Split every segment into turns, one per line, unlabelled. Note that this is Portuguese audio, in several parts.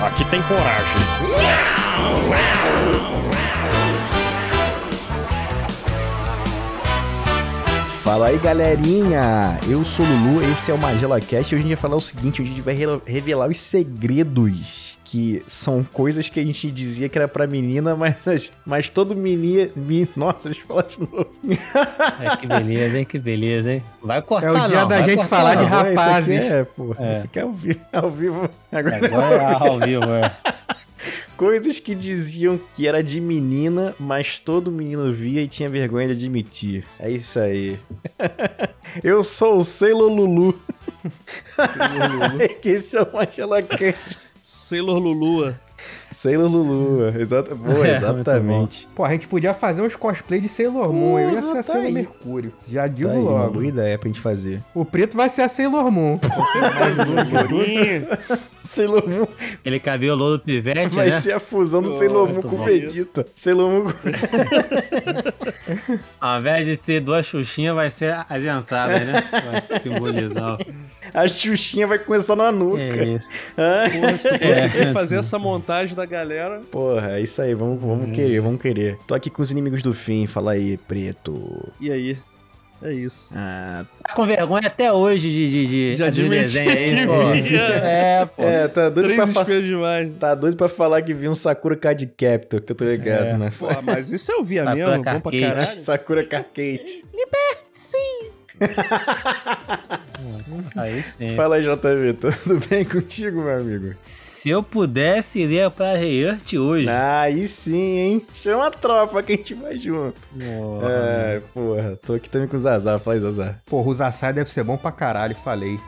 Aqui tem coragem.
Fala aí, galerinha! Eu sou o Lulu, esse é o Magela Cast e hoje a gente vai falar o seguinte, hoje a gente vai re- revelar os segredos, que são coisas que a gente dizia que era pra menina, mas, as- mas todo menino... Nossa, deixa eu falar de novo.
É, que beleza, hein? Que beleza, hein? Vai cortar,
É o dia
não,
da
vai
gente
cortar,
falar de
não.
Agora
rapazes.
Isso aqui é, pô,
É.
isso aqui é ao vivo. Ao vivo. Agora,
Agora é ao vivo, é.
Coisas que diziam que era de menina, mas todo menino via e tinha vergonha de admitir. É isso aí. Eu sou o Sailor Lulu. que esse é o Angela Cast.
Sailor Lulua.
Sailor Lulu. Exata... Boa,
É,
exatamente.
Pô, a gente podia fazer uns cosplay de Sailor Moon. Eu ia ser
Porra,
a
tá
Sailor
aí.
Mercúrio. Já digo
Tá aí, uma
logo.
boa ideia pra gente fazer.
O preto vai ser a Sailor Moon.
Sailor Moon
Ele cabelou do pivete,
vai
né?
ser a fusão do Sailor Moon
muito
com o
bom.
Vegeta. Sailor Moon com...
Ao invés de ter duas xuxinhas, vai ser azentada, né? Vai simbolizar. o-
A Xuxinha vai começar na nuca.
É isso.
Ah.
Porra, se tu
É.
conseguir fazer essa montagem da galera.
Porra, é isso aí, vamos, vamos querer, vamos querer. Tô aqui com os inimigos do fim, fala aí, preto.
E aí? É isso.
Ah,
Tá com vergonha até hoje de, de, de,
Já
de
admiti
desenho aí,
que
pô.
via.
É, pô.
é, tá doido, pra
Três
fa-
espelhos de imagem.
tá doido pra falar que vi um Sakura Card Captor, que eu tô ligado,
É.
né?
Porra, mas isso eu via
Tá
mesmo,
pra
bom pra
carquete.
caralho.
Sakura Carcate.
Aí sim.
Fala aí, JV, tudo bem contigo, meu amigo?
Se eu pudesse, iria pra Reirt hoje.
Né?
Aí sim, hein? Chama a tropa que a gente vai junto.
Porra.
É, porra, tô aqui também com o Zazar, fala aí, Zazar.
Porra, usar saia deve ser bom pra caralho, falei.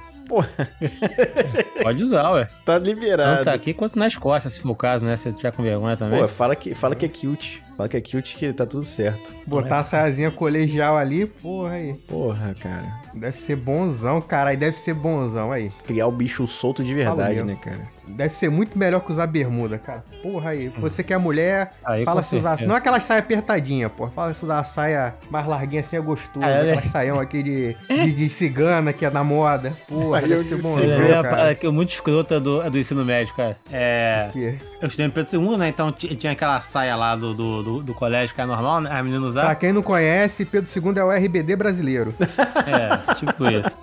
Pode usar, ué.
Tá
Tanto
liberado.
aqui quanto na Escócia, se for o caso, né? Se tiver com vergonha também.
Pô, fala que, fala que é cute. Fala que é cute que tá tudo certo.
Botar a saiazinha colegial ali, porra aí.
Porra, cara.
Deve ser bonzão, caralho. Deve ser bonzão aí.
criar o bicho solto de verdade,
Falo mesmo.
né, cara?
Deve ser muito melhor que usar bermuda, cara. Porra
Hum.
aí. Você que é mulher,
Aí,
fala
com
se usar.
certeza.
Não aquela saia apertadinha, porra. Fala se usar a saia mais larguinha assim é gostoso.
Ah, olha.
aquela
né?
saião aqui de, de, de cigana que é da moda. Porra,
Saião
deve ser
de
bonzão,
Isso é uma parada
cara.
que é muito escrota do, do ensino médio, cara. É.
Que-
Eu estudei no Pedro II, né? Então ti- tinha aquela saia lá do, do, do, do colégio que era normal, né? A menina
Pra
Tá?
usava.
quem não conhece, Pedro II é o RBD brasileiro.
É, tipo isso.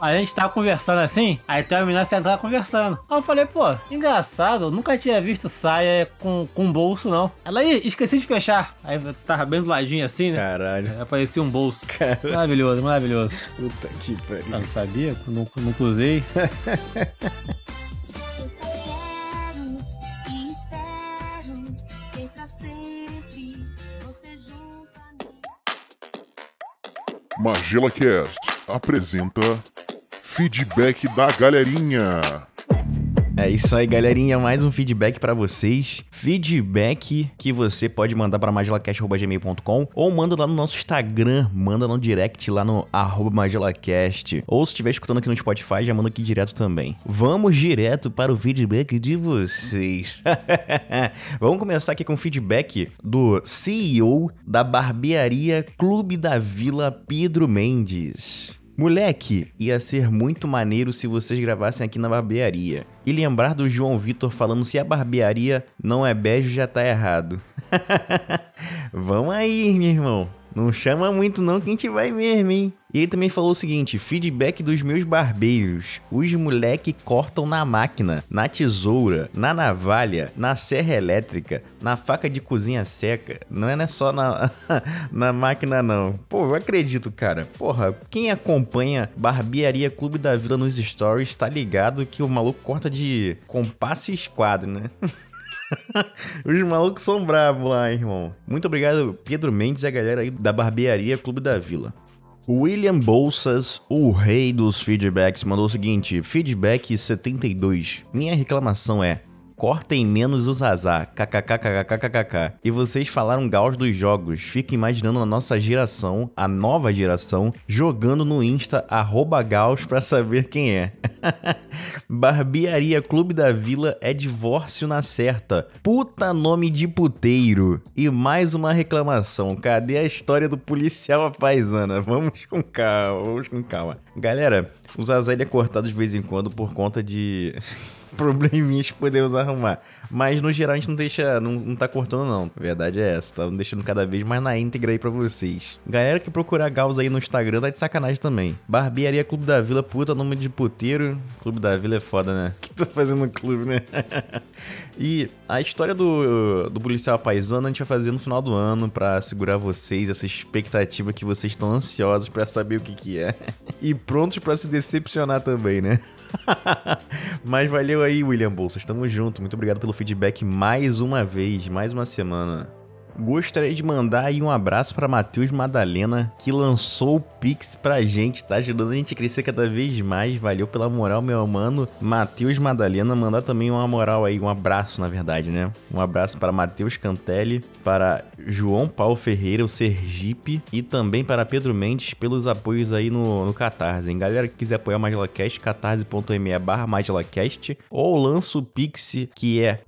Aí a gente tava conversando assim, aí tem uma menina sentada conversando. Aí eu falei, pô, engraçado, eu nunca tinha visto saia com, com bolso, não. Ela, ih, esqueci de fechar. Aí eu tava bem do ladinho assim, né?
Caralho,
Aí aparecia um bolso. Maravilhoso, maravilhoso.
puta que
Eu
pariu.
não sabia, eu nunca, nunca usei.
Eu só quero e espero que pra sempre você junto a mim.
Magela Cast apresenta Feedback da Galerinha.
É isso aí, galerinha. Mais um feedback pra vocês. Feedback que você pode mandar pra magelacast.gmail.com ou manda lá no nosso Instagram, manda no direct lá no arroba magelacast. Ou se estiver escutando aqui no Spotify, já manda aqui direto também. Vamos direto para o feedback de vocês. Vamos começar aqui com o feedback do CEO da barbearia Clube da Vila Pedro Mendes. Moleque, ia ser muito maneiro se vocês gravassem aqui na barbearia. E lembrar do João Vitor falando se a barbearia não é bege já tá errado. Vamos aí, meu irmão. Não chama muito não que a gente vai mesmo, hein? E ele também falou o seguinte, feedback dos meus barbeiros. Os moleque cortam na máquina, na tesoura, na navalha, na serra elétrica, na faca de cozinha seca. Não é né, só na, na máquina não. Pô, eu acredito, cara. Porra, quem acompanha Barbearia Clube da Vila nos stories tá ligado que o maluco corta de compasso e esquadro, né? Os malucos são bravos lá, irmão. Muito obrigado, Pedro Mendes e a galera aí da Barbearia Clube da Vila. William Bolsas, o rei dos feedbacks, mandou o seguinte: Feedback 72. Minha reclamação é. Cortem menos os azar, kkkkkkkkk. E vocês falaram gaus dos jogos. Fica imaginando a nossa geração, a nova geração, jogando no Insta arroba gaus pra saber quem é. Barbearia Clube da Vila é divórcio na certa. Puta nome de puteiro. E mais uma reclamação. Cadê a história do policial a paisana? Vamos com calma, vamos com calma. Galera, o Zazé ele é cortado de vez em quando por conta de... probleminhas que podemos arrumar. Mas no geral a gente não deixa, não, não tá cortando não. A verdade é essa, tá deixando cada vez mais na íntegra aí pra vocês. Galera que procurar Gauss aí no Instagram tá de sacanagem também. Barbearia Clube da Vila, puta nome de puteiro. Clube da Vila é foda, né? O que tô fazendo no clube, né? e a história do, do policial paisano a gente vai fazer no final do ano pra segurar vocês, essa expectativa que vocês estão ansiosos pra saber o que que é. e prontos pra se decepcionar também, né? Mas valeu aí, William Bolsas. Tamo junto. Muito obrigado pelo feedback mais uma vez, mais uma semana. Gostaria de mandar aí um abraço pra Matheus Madalena, que lançou o Pix pra gente, tá ajudando a gente a crescer cada vez mais. Valeu pela moral, meu mano. Matheus Madalena, mandar também uma moral aí, um abraço, na verdade, né? Um abraço para Matheus Cantelli, para João Paulo Ferreira, o Sergipe, e também para Pedro Mendes pelos apoios aí no, no Catarse, hein? Galera que quiser apoiar o MagelaCast, catarse.me barra MagelaCast, ou lança o Pix, que é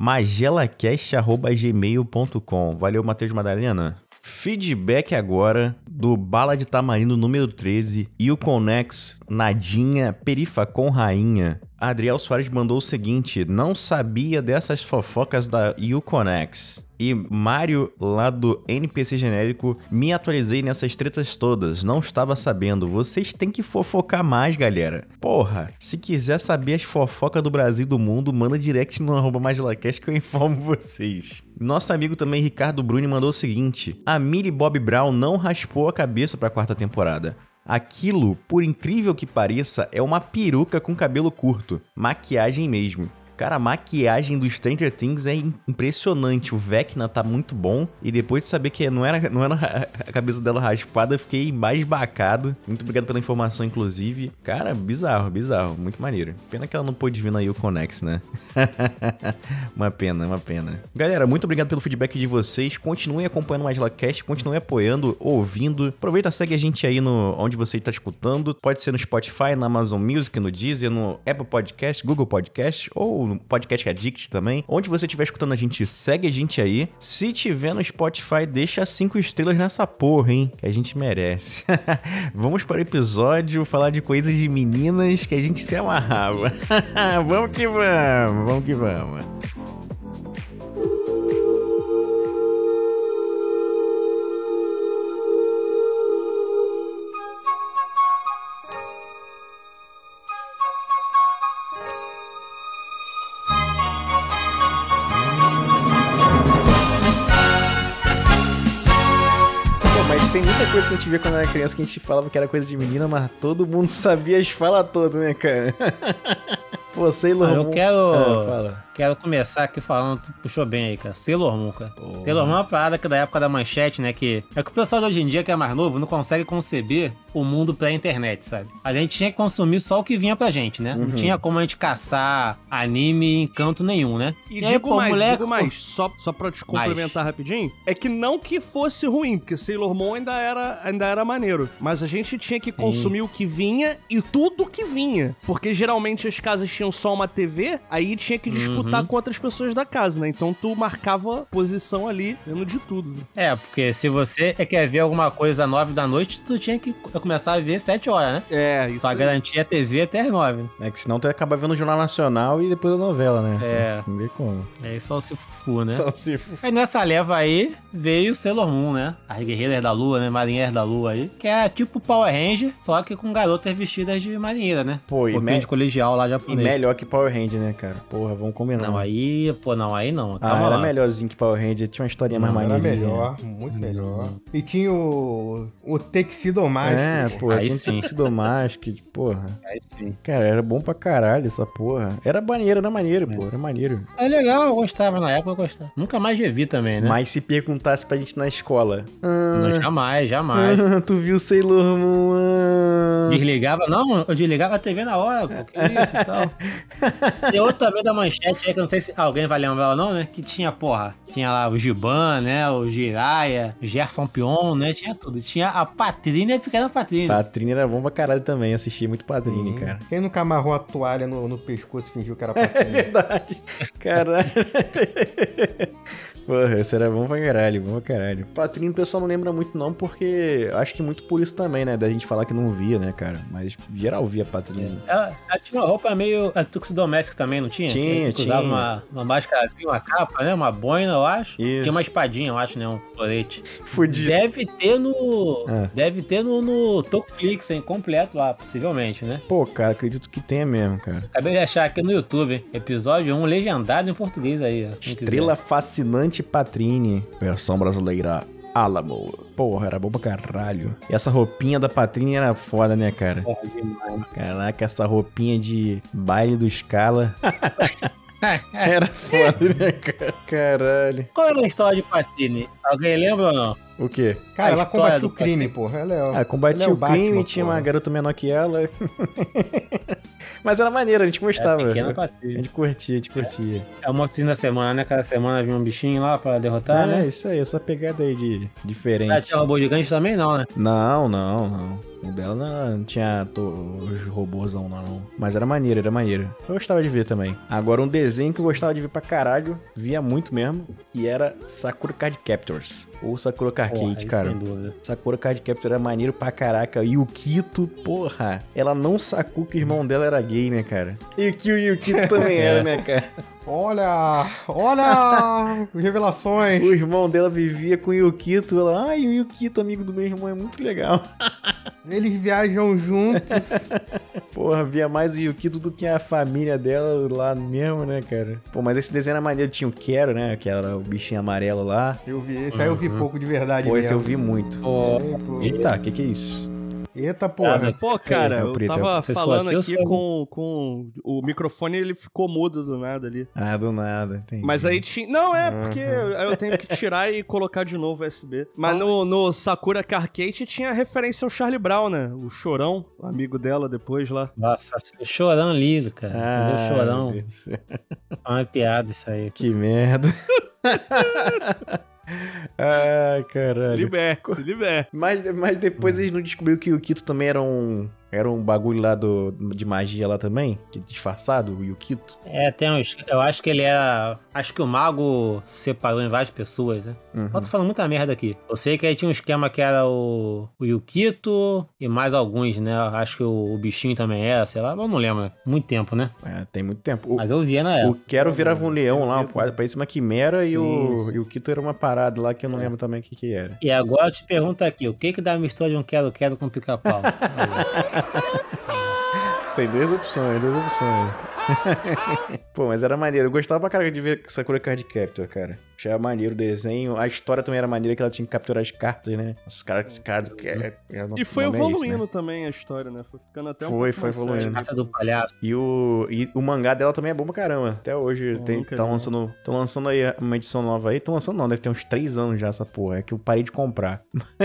magelacast.gmail.com. Valeu, Matheus Madalena. Feedback agora do Bala de Tamarindo número 13 e o Conex Nadinha Perifacon Rainha. Adriel Soares mandou o seguinte: não sabia dessas fofocas da Uconex. E Mário, lá do NPC genérico, me atualizei nessas tretas todas. Não estava sabendo. Vocês têm que fofocar mais, galera. Porra, se quiser saber as fofocas do Brasil e do mundo, manda direct no arroba MagelaCast que eu informo vocês. Nosso amigo também, Ricardo Bruni, mandou o seguinte: A Millie Bob Brown não raspou a cabeça para a quarta temporada. Aquilo, por incrível que pareça, é uma peruca com cabelo curto. Maquiagem mesmo. Cara, a maquiagem do Stranger Things é im- impressionante. O Vecna tá muito bom. E depois de saber que não era, não era a cabeça dela raspada, eu fiquei mais bacado. Muito obrigado pela informação, inclusive. Cara, bizarro, bizarro. Muito maneiro. Pena que ela não pôde vir na Uconex, né? uma pena, uma pena. Galera, muito obrigado pelo feedback de vocês. Continuem acompanhando o MagelaCast, continuem apoiando, ouvindo. Aproveita, segue a gente aí no onde você está escutando. Pode ser no Spotify, na Amazon Music, no Deezer, no Apple Podcast, Google Podcast ou no Podcast Addict também. Onde você estiver escutando a gente, segue a gente aí. Se tiver no Spotify, deixa cinco estrelas nessa porra, hein? Que a gente merece. Vamos para o episódio falar de coisas de meninas que a gente se amarrava. vamos que vamos, vamos que vamos. Pô, mas tem muita coisa que a gente via quando era criança que a gente falava que era coisa de menina, mas todo mundo sabia as falas todas, né, cara? Pô, Sailor
Ah, eu
Moon-
quero-
Ah, fala.
Quero começar aqui falando, tu puxou bem aí, cara. Sailor Moon, cara.
Pô.
Sailor Moon é uma parada que da época da manchete, né? Que é que o pessoal de hoje em dia, que é mais novo, não consegue conceber o mundo pré-internet, sabe? A gente tinha que consumir só o que vinha pra gente, né?
Uhum.
Não tinha como a gente caçar anime em canto nenhum, né?
E,
E aí,
digo
pô,
mais,
moleque-
digo mais, só, só pra te complementar rapidinho, é que não que fosse ruim, porque Sailor Moon ainda era, ainda era maneiro, mas a gente tinha que consumir o que vinha e tudo que vinha, porque geralmente as casas tinham só uma TV, aí tinha que
Uhum.
disputar com outras pessoas da casa, né? Então tu marcava posição ali, vendo de tudo.
É, porque se você é, quer ver alguma coisa às 9 da noite, tu tinha que começar a ver 7 horas, né?
É, isso
Pra garantir a TV até as né? 9.
É que senão tu acaba vendo o Jornal Nacional e depois a novela, né?
É,
Não vê como.
é só se fufu, né?
Só se for-
Aí nessa leva aí veio Sailor Moon, né? As Guerreiras da Lua, né? Marinheiras da Lua aí. Que é tipo Power Ranger, só que com garotas vestidas de marinheira, né?
Pô, e,
Roupinha
me-
de colegial lá
e
japonês.
melhor que Power Ranger, né, cara? Porra, vamos combinar.
Não, aí, pô, não, aí não.
Ah,
Calma
era
lá.
melhorzinho que Power Ranger. Tinha uma historinha mais
Não,
maneira.
era melhor, muito melhor. E tinha o, o Texido
É,
Mágico.
pô,
Aí
tinha
sim.
sentido Masked, porra.
Aí sim.
Cara, era bom pra caralho essa porra. Era maneiro, era maneiro, pô, era maneiro.
É legal, eu gostava na época, eu gostava. Nunca mais revi também, né?
Mas se perguntasse pra gente na escola,
Não, jamais, jamais.
Ah, tu viu Sailor Moon? ah.
Desligava, não, eu desligava a TV na hora, pô, que isso e tal. Tem outro também da manchete aí, que eu não sei se alguém vai lembrar ou não, né? Que tinha, porra, tinha lá o Giban, né? O Jiraya, o Gerson Pion, né? Tinha tudo. Tinha a Patrícia e a Pequena Patrícia.
Patrini era bom pra caralho também, assisti muito Patrini, cara.
Quem nunca amarrou a toalha no, no pescoço e fingiu que era patrinha?
Verdade. Caralho. Porra, isso era bom pra caralho, bom pra caralho. Patrinho o pessoal não lembra muito não, porque acho que muito por isso também, né? Da gente falar que não via, né, cara? Mas geral via Patrinho.
Ela, ela tinha uma roupa meio é, tuxedoméstica também, não tinha?
Tinha,
Que Usava
tinha.
uma, uma máscarazinha, uma capa, né? Uma boina, eu acho.
Isso.
Tinha uma espadinha, eu acho, né? Um colete.
Fudido.
Deve ter no...
É.
Deve ter no, no Tokflix, hein? Completo lá, possivelmente, né?
Pô, cara, acredito que tenha mesmo, cara.
Acabei de achar aqui no YouTube, hein? Episódio 1, legendado em português aí. ó, quem
Estrela Fascinante Patrini. Versão brasileira. Alamo. Porra, era bom pra caralho. E essa roupinha da Patrini era foda, né, cara?
quiser. Porra, demais.
Caraca, essa roupinha de baile do Scala. Era foda, né, cara? Caralho.
Qual era a história de Patini? Alguém lembra ou não?
O quê?
Cara,
A
ela
história
combatia
do
o crime, porra. Ela é,
Ah, combati
ela é
o crime,
Batman,
tinha
porra.
uma garota menor que ela. Mas era maneiro, a gente gostava.
É Pequena
a
Patini.
gente curtia, a gente curtia.
É uma mocinha da semana, né? Cada semana vinha um bichinho lá pra derrotar,
é,
né?
isso aí, essa pegada aí de
Ah,
diferente.
tinha robô gigante também não,
Tá
né?
Não, não, não. O dela não, não tinha to- os robôzão lá, não. Mas era maneiro, era maneiro. Eu gostava de ver também. Agora, um desenho que eu gostava de ver pra caralho, via muito mesmo, e era Sakura Card Captors. Ou Sakura Card
Porra,
Arcade,
aí
cara.
Sem dúvida.
Sakura Card Captor era maneiro pra caraca. E o Kito, porra, ela não sacou que o irmão dela era gay, né, cara? E que o Yukito também era, né, cara?
Olha! Olha! revelações!
O irmão dela vivia com o Yukito. Ela, ai, o Yukito, amigo do meu irmão, é muito legal.
Eles viajam juntos.
Porra, via mais o Yukito do que a família dela lá mesmo, né, cara? Pô, mas esse desenho era maneiro. Tinha o Quero, né? Que era o bichinho amarelo lá.
Eu vi, esse aí eu vi pouco Ah, de verdade
Pô, esse eu
mesmo.
vi muito.
Pô,
Ei, pô.
Eita, o que que é isso?
Eita, porra.
Pô, cara,
É,
eu
Brito,
tava
você
falando
sua
aqui
aqui, eu
com,
sou-
com o microfone ele ficou mudo do nada ali.
Ah, do nada, entendi.
Mas aí tinha. Não, é, porque eu tenho que tirar e colocar de novo o USB. Mas no, no Sakura Carcate tinha referência ao Charlie Brown, né? O chorão, o amigo dela depois lá.
Nossa, chorão lindo, cara.
Ah,
entendeu? Chorão.
meu Deus do céu.
É uma piada isso aí.
Que merda. Ai, caralho.
Liberta, se liberta.
Mas, mas depois eles não descobriram que o Kito também era um. Era um bagulho lá do, de magia lá também? Que disfarçado, o Yukito.
É, tem uns. Eu acho que ele era. Acho que o mago separou em várias pessoas, né?
Uhum.
Eu tô falando muita merda aqui. Eu sei que aí tinha um esquema que era o, o Yukito e mais alguns, né? Eu Acho que o, o bichinho também era, sei lá, mas eu não lembro. Muito tempo, né?
É, tem muito tempo. O,
Mas eu né? via na
o
época.
Quero virava um leão lá,
Yukito.
quase parecia uma quimera, e
Sim,
o,
sim. É.
e o Kito era uma parada lá que eu não lembro também o que, que era.
E agora eu te pergunto aqui, o que que dá a mistura de um quero-quero com pica-pau?
Tem duas opções, duas opções. Pô, mas era maneiro. Eu gostava pra caraca de ver Sakura Card Captor, cara. Achava maneiro o desenho. A história também era maneira que ela tinha que capturar as cartas, né? As cartas, cartas. que é- é-
E foi
nome é esse,
evoluindo
né?
também a história, né? Foi ficando até um
Foi,
pouco
foi
mais
evoluindo.
sério.
Caça do palhaço.
E o, e o mangá dela também é bom pra caramba. Até hoje.
Pô,
Tem,
nunca
tá
vi.
lançando, tão lançando aí uma edição nova aí. Tão lançando não, deve ter uns 3 anos já essa porra. É que eu parei de comprar.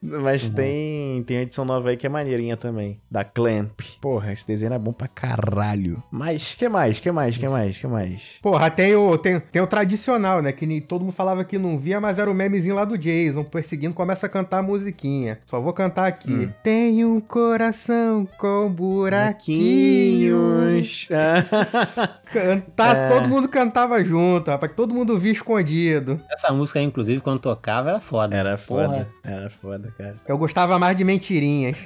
Mas, mas tem, tem uma edição nova aí que é maneirinha também. Da Clamp. Porra, esse desenho é bom pra caralho. Mas que mais? Que mais? Que mais? Que mais?
Porra, tem o, tem, tem o tradicional, né? Que nem- todo mundo falava que não via, mas era o memezinho lá do Jason, perseguindo, começa a cantar a musiquinha. Só vou cantar aqui.
Hum.
Tem um coração com buraquinhos. Cantar,
É.
todo mundo cantava junto, rapaz, que todo mundo via escondido.
Essa música, aí, inclusive, quando tocava, era foda.
Era foda.
Porra.
Era foda, cara.
Eu gostava mais de mentirinhas.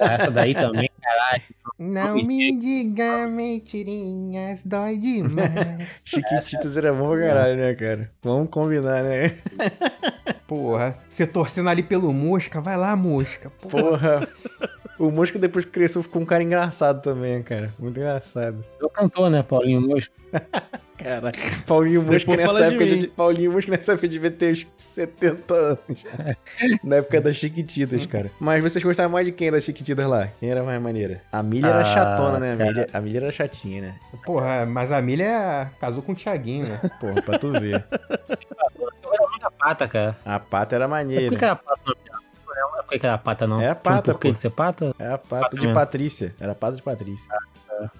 Essa daí também, caralho.
não me diga mentirinhas, dói demais.
Chiquititas era bom pra caralho, né, cara? Vamos combinar, né?
Porra, você torcendo ali pelo mosca, vai lá, mosca. Porra.
Porra. O Mosca depois que cresceu ficou um cara engraçado também, cara. Muito engraçado.
Eu cantor, né, Paulinho Mosco?
Caraca. Paulinho Mosca
Depois
nessa
fala de
época
mim.
de Paulinho Mosca nessa época devia ter uns 70 anos. Na época das Chiquititas, cara. Mas vocês gostavam mais de quem das Chiquititas lá? Quem era mais maneira? A Milha era
Ah,
chatona, né? A Milha, a Milha era chatinha, né?
Porra, mas a Milha casou com o Thiaguinho, né?
Porra, pra tu ver.
Eu era muito a pata, cara.
A pata era
É
Sabe Por
maneira.
que que era pata? Não é por que que era pata, não.
É a
Tinha um
pata,
porquê
pô.
de ser pata?
É a pata de
Ah.
Patrinha.
Patrícia. Era a pata de Patrícia.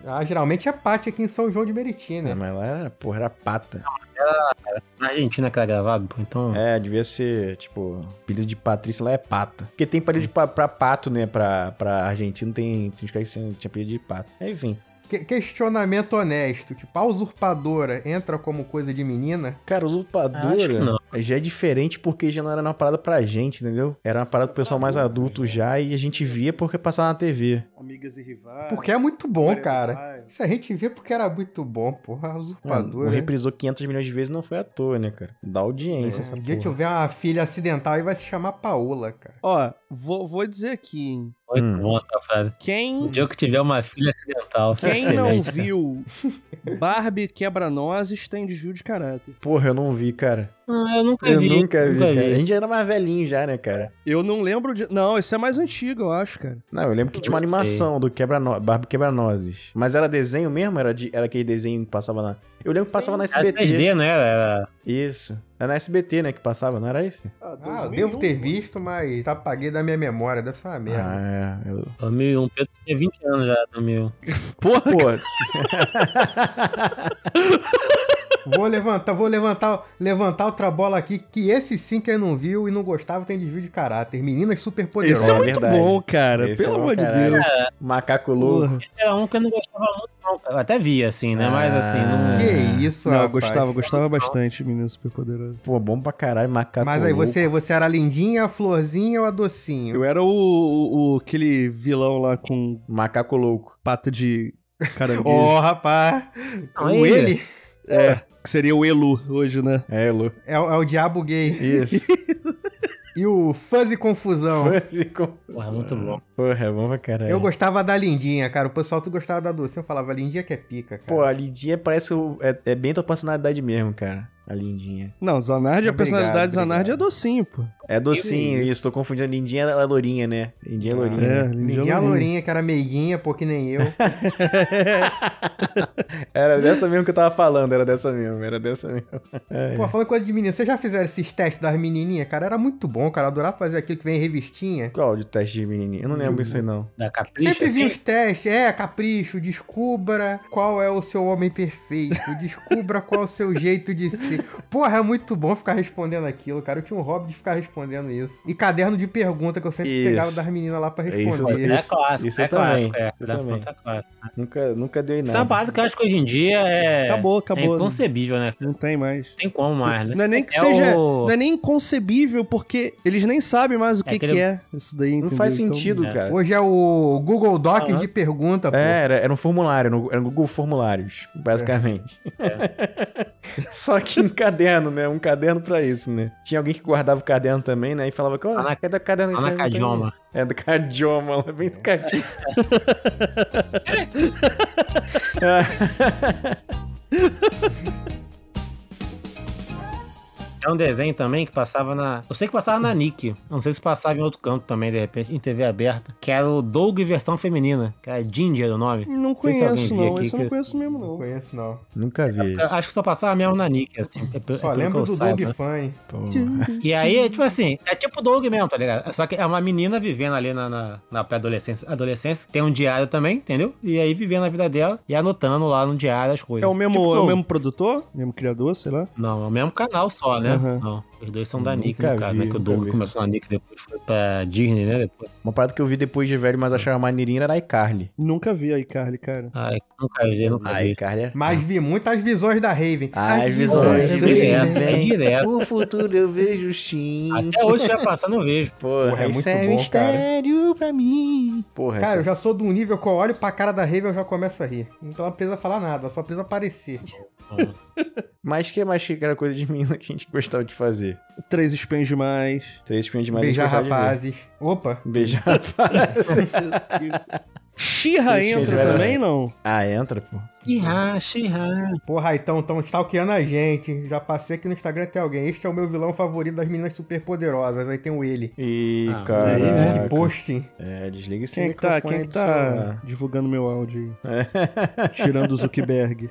Ah, geralmente é Pátio aqui em São João de Meriti,
É,
né?
mas lá era, porra, era pata.
cara. Na Argentina que era gravado, pô, então.
É, devia ser, tipo, apelido de Patrícia lá é pata. Porque tem apelido de pa, pra pato, né? Pra, pra Argentina tem, tem uns caras que tem- tinha apelido de pato. É, Enfim.
Que- questionamento honesto. Tipo, a usurpadora entra como coisa de menina?
Cara,
Ah, Acho que
usurpadora
não.
já é diferente porque já não era uma parada pra gente, entendeu? Era uma parada pro pessoal mais adulto já e a gente via porque passava na TV.
Amigas e rivais.
Porque é muito bom,
Maria
cara.
Rivais.
Isso a gente vê porque era muito bom, porra. A
Ah, não
usurpadora. né?
reprisou 500 milhões de vezes não foi à toa, né, cara? Dá audiência
É,
essa
um dia
porra.
tiver uma filha acidental e vai se chamar Paola, cara.
Ó, vou, vou dizer aqui, hein.
Muito
Hum.
bom essa frase.
Quem,
O dia que tiver uma filha acidental.
quem não
Excelente, cara.
viu Barbie quebra-nozes tem de Ju de caráter.
Porra, eu não vi, cara.
Não, eu nunca
eu
vi.
nunca vi, cara. A gente já era mais velhinho já, né, cara?
Eu não lembro de. Não, esse é mais antigo, eu acho, cara.
Não, eu lembro que tinha uma
Eu sei.
animação do quebra Barbie Quebra-Nozes. Mas era desenho mesmo? Era, de- era aquele desenho que passava na... Eu lembro que passava na
Era
SBT.
3D, não era? Era-
Isso. Era na SBT, né, que passava, não era esse?
Ah, eu
um,
devo ter visto, mas apaguei da minha memória. Deve ser uma merda.
Ah, é. Eu...
2001. Pedro tinha 20 anos já, 2001.
Porra,
Vou levantar, vou levantar, levantar outra bola aqui, que esse sim quem não viu e não gostava tem desvio de caráter. Meninas super poderosas.
Esse é,
É
muito
verdade.
bom, cara.
Esse é
Pelo
bom,
amor de
caralho.
Deus.
Macaco louco.
Esse era um que eu não gostava muito, não, cara. Eu Até via, assim, né? Mas assim,
Ah.
não.
Que isso,
Não, eu
rapaz.
gostava, gostava bastante, menino superpoderoso.
Pô, bom pra caralho, macaco
Mas aí,
Tá louco.
você, você era a lindinha, a florzinha ou a docinho?
Eu era o, o, o- aquele vilão lá com
Macaco louco.
pata de caranguejo.
Ó, rapaz.
Não,
o
ele.
ele
É, que seria o Elu hoje, né?
É, louco.
é, o- é o diabo gay.
Isso.
E o fuzzy confusão.
Fuzzy assim com-
Porra, muito bom.
Porra, é bom pra caralho.
Então. Eu gostava da lindinha, cara. O pessoal tu gostava da docinha, eu falava, lindinha que é pica, cara.
Pô, a Lindinha parece. o- É, é bem tua personalidade mesmo, cara. A Lindinha.
Não, Zanardi, a
Obrigado,
personalidade de
obrigado.
Zanardi é docinho, pô.
É docinho, isso. Tô confundindo. A Lindinha é a lourinha, né? Lindinha é
Ah,
lourinha.
É,
né?
Lindinha lourinha, que era meiguinha, pô, que nem eu.
É. Era dessa mesmo que eu tava falando. Era dessa mesmo. Era dessa mesmo.
Pô, falando coisa de menina, vocês já fizeram esses testes das menininhas, cara? Era muito bom, cara. Eu adorava fazer aquilo que vem em revistinha.
Qual de teste de menininha? Eu não lembro isso aí, não.
Da capricha.
Sempre vinha
Assim,
os testes, é, capricho, descubra qual é o seu homem perfeito, descubra qual é o seu jeito de ser. Porra, é muito bom ficar respondendo aquilo, cara. Eu tinha um hobby de ficar respondendo isso. E caderno de pergunta que eu sempre
Isso.
pegava das meninas lá pra
É isso,
responder.
é
isso-
clássico,
isso eu
é clássico,
também,
é.
eu
Da
também.
Fanta é clássico.
Nunca, nunca dei
Isso é uma
nada.
parada que eu acho que hoje em dia é.
Acabou,
É
acabou. né?
inconcebível, né?
Não tem mais.
Não tem como mais, né?
Não é nem que
É
seja.
o-
Não é nem inconcebível, porque eles nem sabem mais o que,
aquele-
que é isso daí.
Não
entendeu?
faz
Então,
sentido,
é.
cara.
Hoje é tá o Google Docs
Aham.
de pergunta, pô.
É, era, era um formulário, no- era um Google Formulários, basicamente. Só que em caderno, né? Um caderno pra isso, né? Tinha alguém que guardava o caderno também, né? E falava que, ó,
Ana-
é do caderno de pergunta aí?"
Anacadioma.
É do Cadioma, lá vem do Cadioma.
É um desenho também que passava na. Eu sei que passava na Nick. Não sei se passava em outro canto também, de repente, em TV aberta. Que era o Doug versão feminina. Que era Ginger o nome.
Não
sei se alguém
conheço,
via
não.
aqui
Esse eu
que-
não conheço mesmo,
Não
não.
conheço, não.
Nunca vi
Eu
isso.
acho que só passava mesmo na Nick, assim. É pelo,
Só
é pelo que
lembro
eu
do
saiba,
Doug
né?
Fan.
Porra.
E aí, é tipo assim, é tipo o Doug mesmo, tá ligado? Só que é uma menina vivendo ali na, na, na pré-adolescência. Adolescência, tem um diário também, entendeu? E aí vivendo a vida dela e anotando lá no diário as coisas.
É o mesmo,
Tipo
é o
Doug.
mesmo produtor? Mesmo criador, sei lá.
Não, é o mesmo canal só, né?
Aham.
Não, os dois são da
Nunca
Nick, no caso,
vi,
né? Que o
nunca
Doug
vi.
começou na Nick, depois foi pra Disney, né? Depois.
Uma parada que eu vi depois de velho, mas achava maneirinha era a iCarly.
Nunca vi a iCarly, cara.
Ai, nunca vi, nunca
A
vi.
iCarly é...
Mas vi muitas visões da Raven.
As
visões,
visões
sim.
vêm,
direto, é
vêm.
direto.
O futuro eu vejo sim.
Até hoje vai passar, não vejo.
Porra,
Porra, é
isso
muito
é
bom,
mistério pra mim. Porra,
Cara, eu
essa...
já sou de um nível que eu olho pra cara da Raven e eu já começo a rir. Então ela não precisa falar nada, só precisa aparecer.
Mas que mais que era coisa de menina que a gente gostava de fazer?
Três spins demais.
Três pinhos de mais
Beijar
eu gostava é de ver.
rapazes. Opa,
Beijar rapaz.
Xirra
Três
entra
Spins
também, não?
ah, entra, pô.
Xirra, xirra.
porra, então estão stalkeando a gente. Já passei aqui no Instagram até alguém. Este é o meu vilão favorito das meninas superpoderosas. Aí tem o ele.
Ih,
Ah,
Ele
cara.
que posting.
É, desliga esse
Quem é que tá,
microfone
quem é
aí
que
do
tá
celular.
divulgando meu áudio aí? Tirando o Zuckerberg.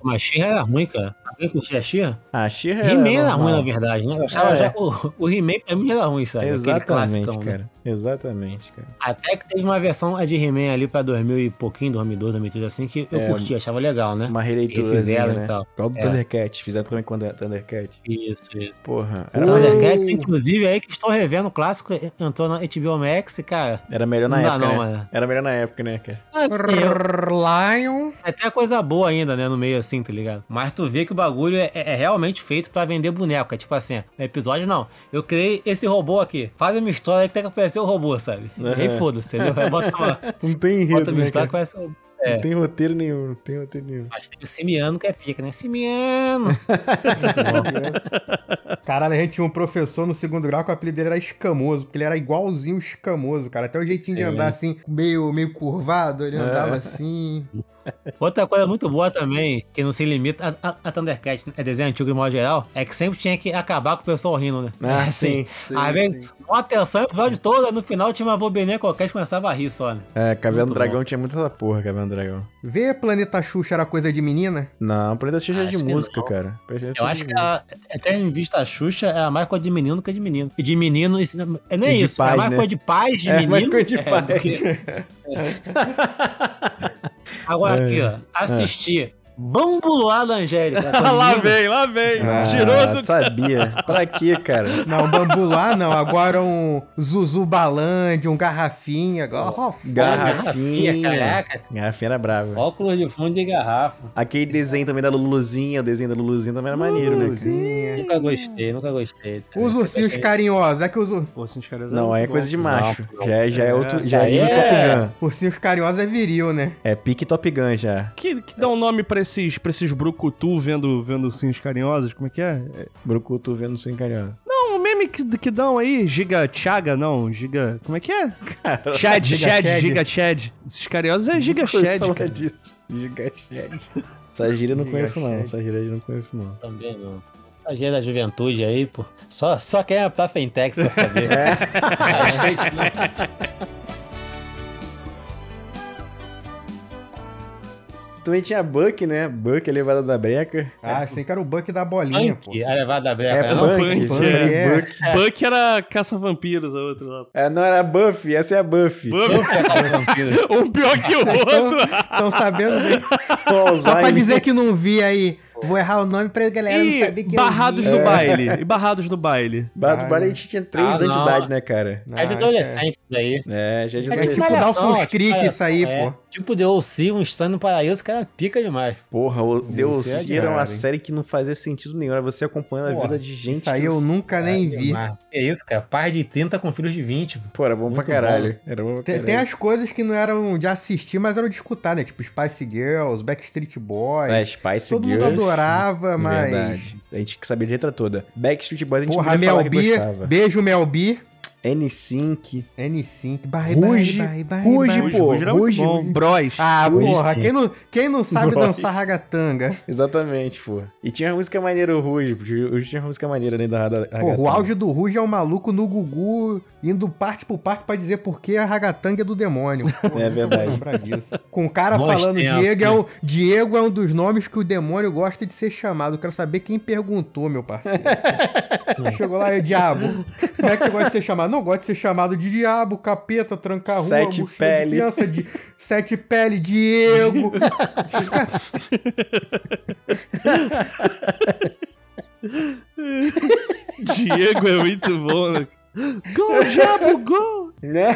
Mas xirra era ruim, cara. A Alguém curtia a Xirra?
A Xirra era
He-Man era
Ah, normal.
é ruim, na verdade, né? Eu achava
É.
já. O, o He-Man pra mim era ruim, sabe? Aquele
Exatamente,
classicão, né?
cara. Exatamente, cara.
Até que teve uma versão a de He-Man ali pra 2000 e pouquinho, 2002, 2003, assim, que eu
É.
curti, achava legal, né?
Uma releitura.
Refizeram
né?
e tal.
Igual do
É.
Thundercat. Fizeram também quando era Thundercat.
Isso, isso.
Porra,
O
era,
Thundercats, inclusive, aí que estou revendo o clássico, entrou na HBO Max e, cara,
era melhor na
não dá
época,
não,
né?
mano.
Era melhor na época, né, cara?
Assim, eu-
Lion.
é até coisa boa ainda, né, no meio assim, tá ligado? Mas tu vê que o bagulho é, é- é realmente feito pra vender boneco, é tipo assim, no episódio não, eu criei esse robô aqui, faz uma história que tem que aparecer o robô, sabe?
Uhum.
E aí foda-se, entendeu? Aí bota uma,
Não tem
bota
enredo,
uma
né,
história que
cara?
aparece o robô.
Não tem roteiro nenhum, não tem roteiro nenhum.
Mas tem o Simiano que é pica, né? Simiano!
Caralho, a gente tinha um professor no segundo grau que o apelido dele era Escamoso, porque ele era igualzinho o Escamoso, cara. Até o jeitinho de
Sim. É.
andar assim, meio, meio curvado, ele andava assim.
Outra coisa muito boa também, que não se limita a, a, a Thundercat, né? é desenho antigo de modo geral, é que sempre tinha que acabar com o pessoal rindo, né?
Ah,
Assim,
sim.
Às vezes, uma atenção, o episódio todo, no final tinha uma bobininha qualquer que começava a rir só, né?
É, Caverna do
Muito
Dragão tinha muita essa porra, Caverna do Dragão.
Ver Planeta Xuxa era coisa de menina?
Não, Planeta Xuxa é de
Ah, Acho que
música,
não.
cara. Planeta
Eu
Xuxa
acho
é
que
de
a, até em vista a Xuxa é a mais coisa de menino do que de menino. E de menino, isso, não- é
E
nem
de
isso, é
paz,
mais
né?
coisa de paz de
É, mais
menino.
coisa de
é,
paz.
do que- Agora
É.
aqui, ó, assistir. Bambuloá da Angélica. essa
lá
menina-
vem, lá vem.
música. Ah,
Tirou do.
Sabia. pra quê, cara?
Não, Bambulá não. Agora um Zuzu Balande, um Garrafinha. Agora,
Garrafinha.
caraca.
Garrafinha era brava.
Óculos de fundo de garrafa.
Aquele desenho também da Luluzinha, o desenho da Luluzinha também era maneiro, né? cara?
Garrafinha.
Nunca gostei, nunca gostei. tá
Os ursinhos carinhosos. É que os ur-
Não, aí é coisa de macho.
Não, não.
Já, é- já é outro.
Isso
Já é
aí
nível
é-
Top Gun.
ursinhos carinhosos é viril, né?
É pique Top Gun já.
Que, que dá um nome pra esses, pra esses brucutu vendo, vendo ursinhos carinhosos? Como é que é? É-
Brucutu vendo sem carinhosa.
Não, o meme que, que dão aí, Giga Chaga, não, Giga... Como é que é? Chad,
Giga
Chad,
Chad.
Giga Chad. Esses carinhosos é Giga Chad, cara.
Essa gíria eu não
Giga
conheço, não.
Shed.
Essa gíria eu não conheço, não.
Também não. Essa gíria da juventude aí, pô. Só, só quem é pra Fentex pra saber.
É.
A gente não- é
Também tinha Buck, né? Buck, a levada da breca.
Ah, achei que era o Buck da bolinha, pô.
Punk, a levada da breca.
É,
não?
Buck.
Buck,
falei
é.
Buck.
Buck era caça-vampiros, a outra lá.
É, não, era Buffy. Essa é a Buffy.
Buff,
É
um pior que o
então,
outro.
Estão sabendo bem.
Com
Só pra
Alzheimer.
dizer que não vi aí. Vou errar o nome pra galera não saber
E
que
barrados
eu vi. É.
do baile. E barrados do baile.
Bado Bar, a gente tinha três
Ah,
anos de
não.
idade, né, cara?
Não,
É de
isso
adolescente isso daí.
É, já é de
É
adolescente.
tipo
malhação,
Dawson's Creek
malhação,
isso aí,
é.
pô.
Tipo The O.C., um Sun no Paraíso, o cara pica demais.
Porra, o Deus
Você é de
era uma
raro, hein?
série que não fazia sentido nenhum. Era você acompanhando a
Porra,
vida de gente.
Isso aí
que-
eu nunca nem vi.
Demais. Que isso, cara. Pai de 30 com filhos de 20. pô.
Pô, era bom pra
Muito
caralho. Era bom pra
Tem,
caralho.
tem as coisas que não eram de assistir, mas eram de escutar, né? Tipo Spice Girls, Backstreet Boys.
É, Spice
Todo
Girls.
mundo adorava, mas.
Verdade. A gente que sabia de letra toda. Backstreet Boys a gente
Porra,
podia falar
Mel
que
B.
gostava.
Beijo, Mel B.
N5.
N5. Bye,
Ruge.
bye, bye, bye,
Ruge,
bye.
pô.
Ruge era muito
Ruge,
bom.
Ruge.
Bros.
Ah,
Ruge,
porra,
sim.
quem não, quem não sabe
Boys.
dançar ragatanga?
Exatamente, pô. E tinha música maneira o Ruge. porque O Ruge tinha música maneira né, da da- da
Porra, o
Ragatanga.
auge do Ruge é o maluco no Gugu indo parte por parte pra dizer por que a ragatanga é do demônio. Porra,
É
eu
verdade.
vou lembrar disso. Com o cara
Bons
falando,
tempos.
Diego é, um, Diego é um dos nomes que o demônio gosta de ser chamado. Quero saber quem perguntou, meu parceiro. Chegou lá e o diabo. Como é que você gosta de ser chamado? Não gosto de ser chamado de diabo, capeta, trancar
Sete
mochila de
pele.
criança, de sete pele, Diego.
Diego é muito bom, né? Gol, diabo, gol!
Né?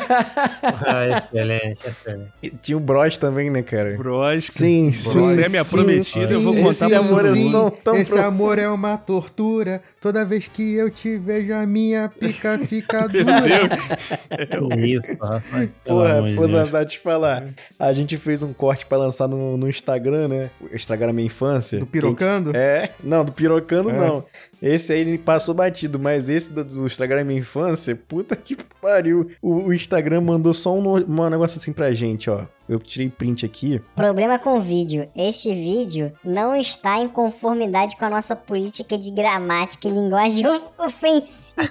Ah, excelente, excelente.
E tinha o Bros também, né, cara?
Bros,
Sim, sim.
Você é minha prometida, eu vou contar
Esse
pra
amor é
você.
só tão
Esse
profundo.
amor é uma tortura. Toda vez que eu te vejo, a minha pica fica dura.
Que isso, pô, rapaz. Pelo
Porra,
amor de
é um
vou
Deus.
zanzar te falar. A gente fez um corte pra lançar no, no Instagram, né? Estragaram a minha infância.
Do pirocando?
É, não, do pirocando
É.
não. Esse aí ele passou batido, mas esse do, do Instagram é Minha Infância, puta que pariu. O, o Instagram mandou só um, no- um negócio assim pra gente, ó. Eu tirei print aqui.
Problema com o vídeo. Este vídeo não está em conformidade com a nossa política de gramática e linguagem of- ofensiva.